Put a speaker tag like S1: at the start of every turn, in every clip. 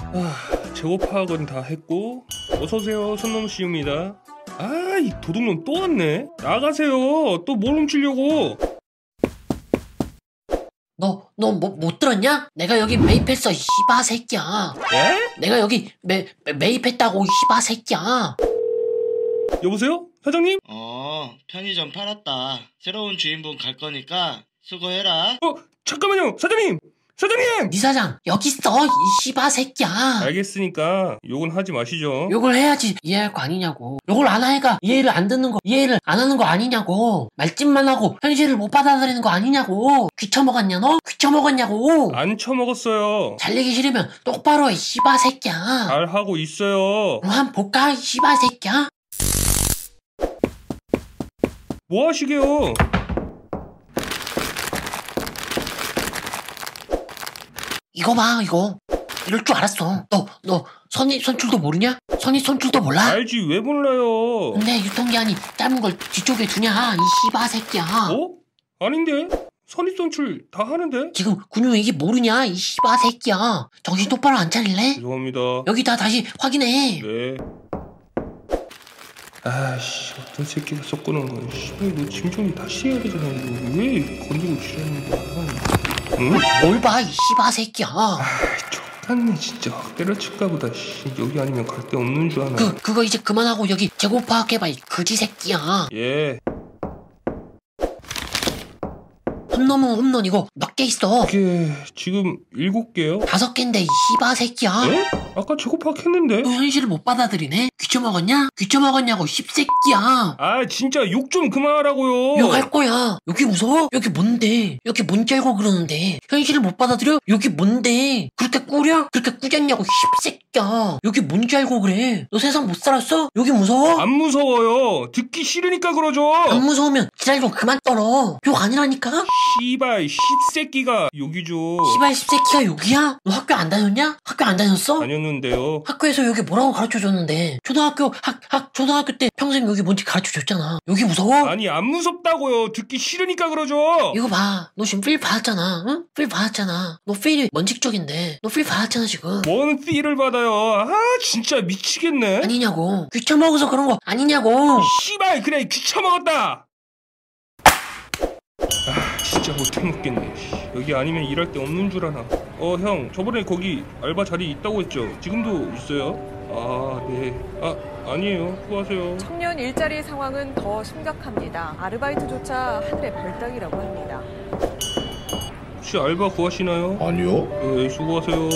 S1: 아, 제어 파악은 다 했고 어서오세요 손놈씨입니다 아 이 도둑놈 또 왔네 나가세요 또 뭘 훔치려고
S2: 너, 너 뭐, 못 들었냐? 내가 여기 매입했어, 이바 새끼야.
S1: 에?
S2: 내가 여기 매, 매- 매입했다고, 이바 새끼야.
S1: 여보세요 사장님?
S3: 어, 편의점 팔았다. 새로운 주인분 갈 거니까 수고해라.
S1: 어 잠깐만요 사장님 사장님
S2: 니네 사장, 여기 있어, 이바 새끼야.
S1: 알겠으니까 욕은 하지 마시죠
S2: 욕을 해야지 이해할 거 아니냐고. 욕을 안 하니까 이해를 안 듣는 거, 이해를 안 하는 거 아니냐고. 말짓만 하고 현실을 못 받아들이는 거 아니냐고. 귀쳐먹었냐, 너? 귀쳐먹었냐고.
S1: 안 처먹었어요
S2: 잘리기 싫으면 똑바로, 이바 새끼야.
S1: 잘 하고 있어요
S2: 그럼 한번 볼까, 이바 새끼야?
S1: 뭐 하시게요
S2: 이거 봐, 이거. 이럴 줄 알았어. 너, 너, 선입 선출도 모르냐? 선입 선출도 몰라?
S1: 알지 왜 몰라요
S2: 근데 유통기한이 짧은 걸 뒤쪽에 두냐? 이 씨바 새끼야.
S1: 어? 아닌데 선입선출 다 하는데
S2: 지금 근육이기 모르냐? 이 씨바 새끼야. 정신 똑바로 안 차릴래?
S1: 죄송합니다
S2: 여기다 다시 확인해.
S1: 네. 아씨 어떤 새끼가 섞어놓은 거야. 씨발 이거 짐정리 다시 해야 되잖아 이거 왜 건들고 지랄하는 거야? 응?
S2: 뭘 봐, 이 씨바 새끼야.
S1: 아이 족같네 진짜 확 때려칠까 보다. 씨 여기 아니면 갈 데 없는 줄 아나.
S2: 그, 그거 이제 그만하고 여기 재고 파악해봐, 이 거지 새끼야.
S1: 예.
S2: 홈런은 홈런이고 몇 개 있어?
S1: 이게 지금 일곱 개요?
S2: 다섯 개인데, 이 씨바 새끼야.
S1: 예? 아까 재고 파악했는데.
S2: 너 현실을 못 받아들이네? 귀쳐먹었냐? 귀쳐먹었냐고, 씹새끼야.
S1: 아 진짜 욕 좀 그만하라고요.
S2: 욕할 거야. 여기 무서워? 여기 뭔데? 여기 뭔지 알고 그러는데. 현실을 못 받아들여? 여기 뭔데? 그렇게 꾸려? 그렇게 꾸졌냐고, 씹새끼야. 여기 뭔지 알고 그래. 너 세상 못 살았어? 여기 무서워?
S1: 안 무서워요. 듣기 싫으니까 그러죠.
S2: 안 무서우면 지랄 좀 그만 떨어. 욕 아니라니까?
S1: 씨발 십새끼가 욕이죠.
S2: 씨발 씹새끼가 욕이야? 너 학교 안 다녔냐? 학교 안 다녔어?
S1: 다녔는데요.
S2: 학교에서 여기 뭐라고 가르쳐 줬는데 초등학교 학, 학 초등학교 때 평생 여기 뭔지 가르쳐 줬잖아 여기 무서워?
S1: 아니 안 무섭다고요. 듣기 싫으니까 그러죠.
S2: 이거 봐. 너 지금 필 받았잖아. 응? 필 받았잖아. 너 필이 원칙적인데. 너 필 받았잖아, 지금.
S1: 뭔 띠를 받아요. 아 진짜 미치겠네.
S2: 아니냐고. 귀쳐먹어서 그런 거 아니냐고.
S1: 씨발 그래 귀쳐먹었다. 아 진짜 못해 먹겠네. 씨, 여기 아니면 일할 데 없는 줄 아나. 어 형 저번에 거기 알바 자리 있다고 했죠. 지금도 있어요? 아 네. 아 아니에요. 수고하세요.
S4: 청년 일자리 상황은 더 심각합니다. 아르바이트조차 하늘의 별따기라고 합니다.
S1: 혹시 알바 구하시나요?
S5: 아니요.
S1: 네 수고하세요.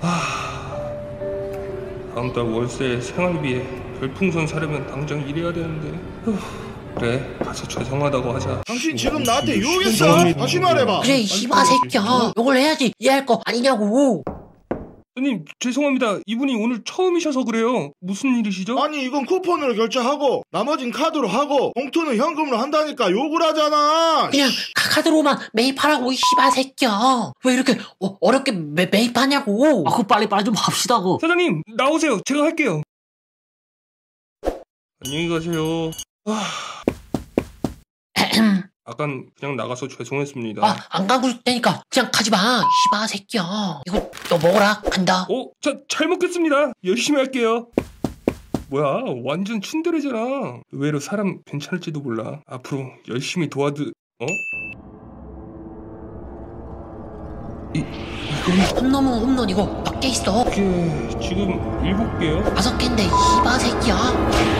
S1: 아 다음 달 월세 생활비에 별풍선 사려면 당장 일해야 되는데. 휴, 그래 가서 죄송하다고 하자.
S5: 당신 지금 나한테
S1: 죄송합니다. 네.
S5: 욕했어? 다시 말해봐.
S2: 그래, 이 씨바 새끼야. 욕을 해야지 이해할 거 아니냐고.
S1: 손님 죄송합니다. 이분이 오늘 처음이셔서 그래요. 무슨 일이시죠?
S5: 아니 이건 쿠폰으로 결제하고 나머진 카드로 하고 봉투는 현금으로 한다니까 욕을 하잖아.
S2: 그냥 카- 카드로만 매입하라고, 이 씨바 새끼야. 왜 이렇게 어- 어렵게 매, 매입하냐고. 아, 그 빨리 빨리 좀 합시다, 고
S1: 사장님 나오세요. 제가 할게요. 안녕히 가세요. 아깐 그냥 나가서 죄송했습니다.
S2: 아, 안 가고 있을 테니까 그냥 가지 마, 이 씨바 새끼야. 이거 너 먹어라, 간다.
S1: 어, 자, 잘 먹겠습니다. 열심히 할게요. 뭐야, 완전 춘대래잖아. 의외로 사람 괜찮을지도 몰라. 앞으로 열심히 도와드. 어?
S2: 홈런은 홈런이고 몇 개 있어?
S1: 이게 지금 일곱 개요?
S2: 다섯 개인데, 이 씨바 새끼야.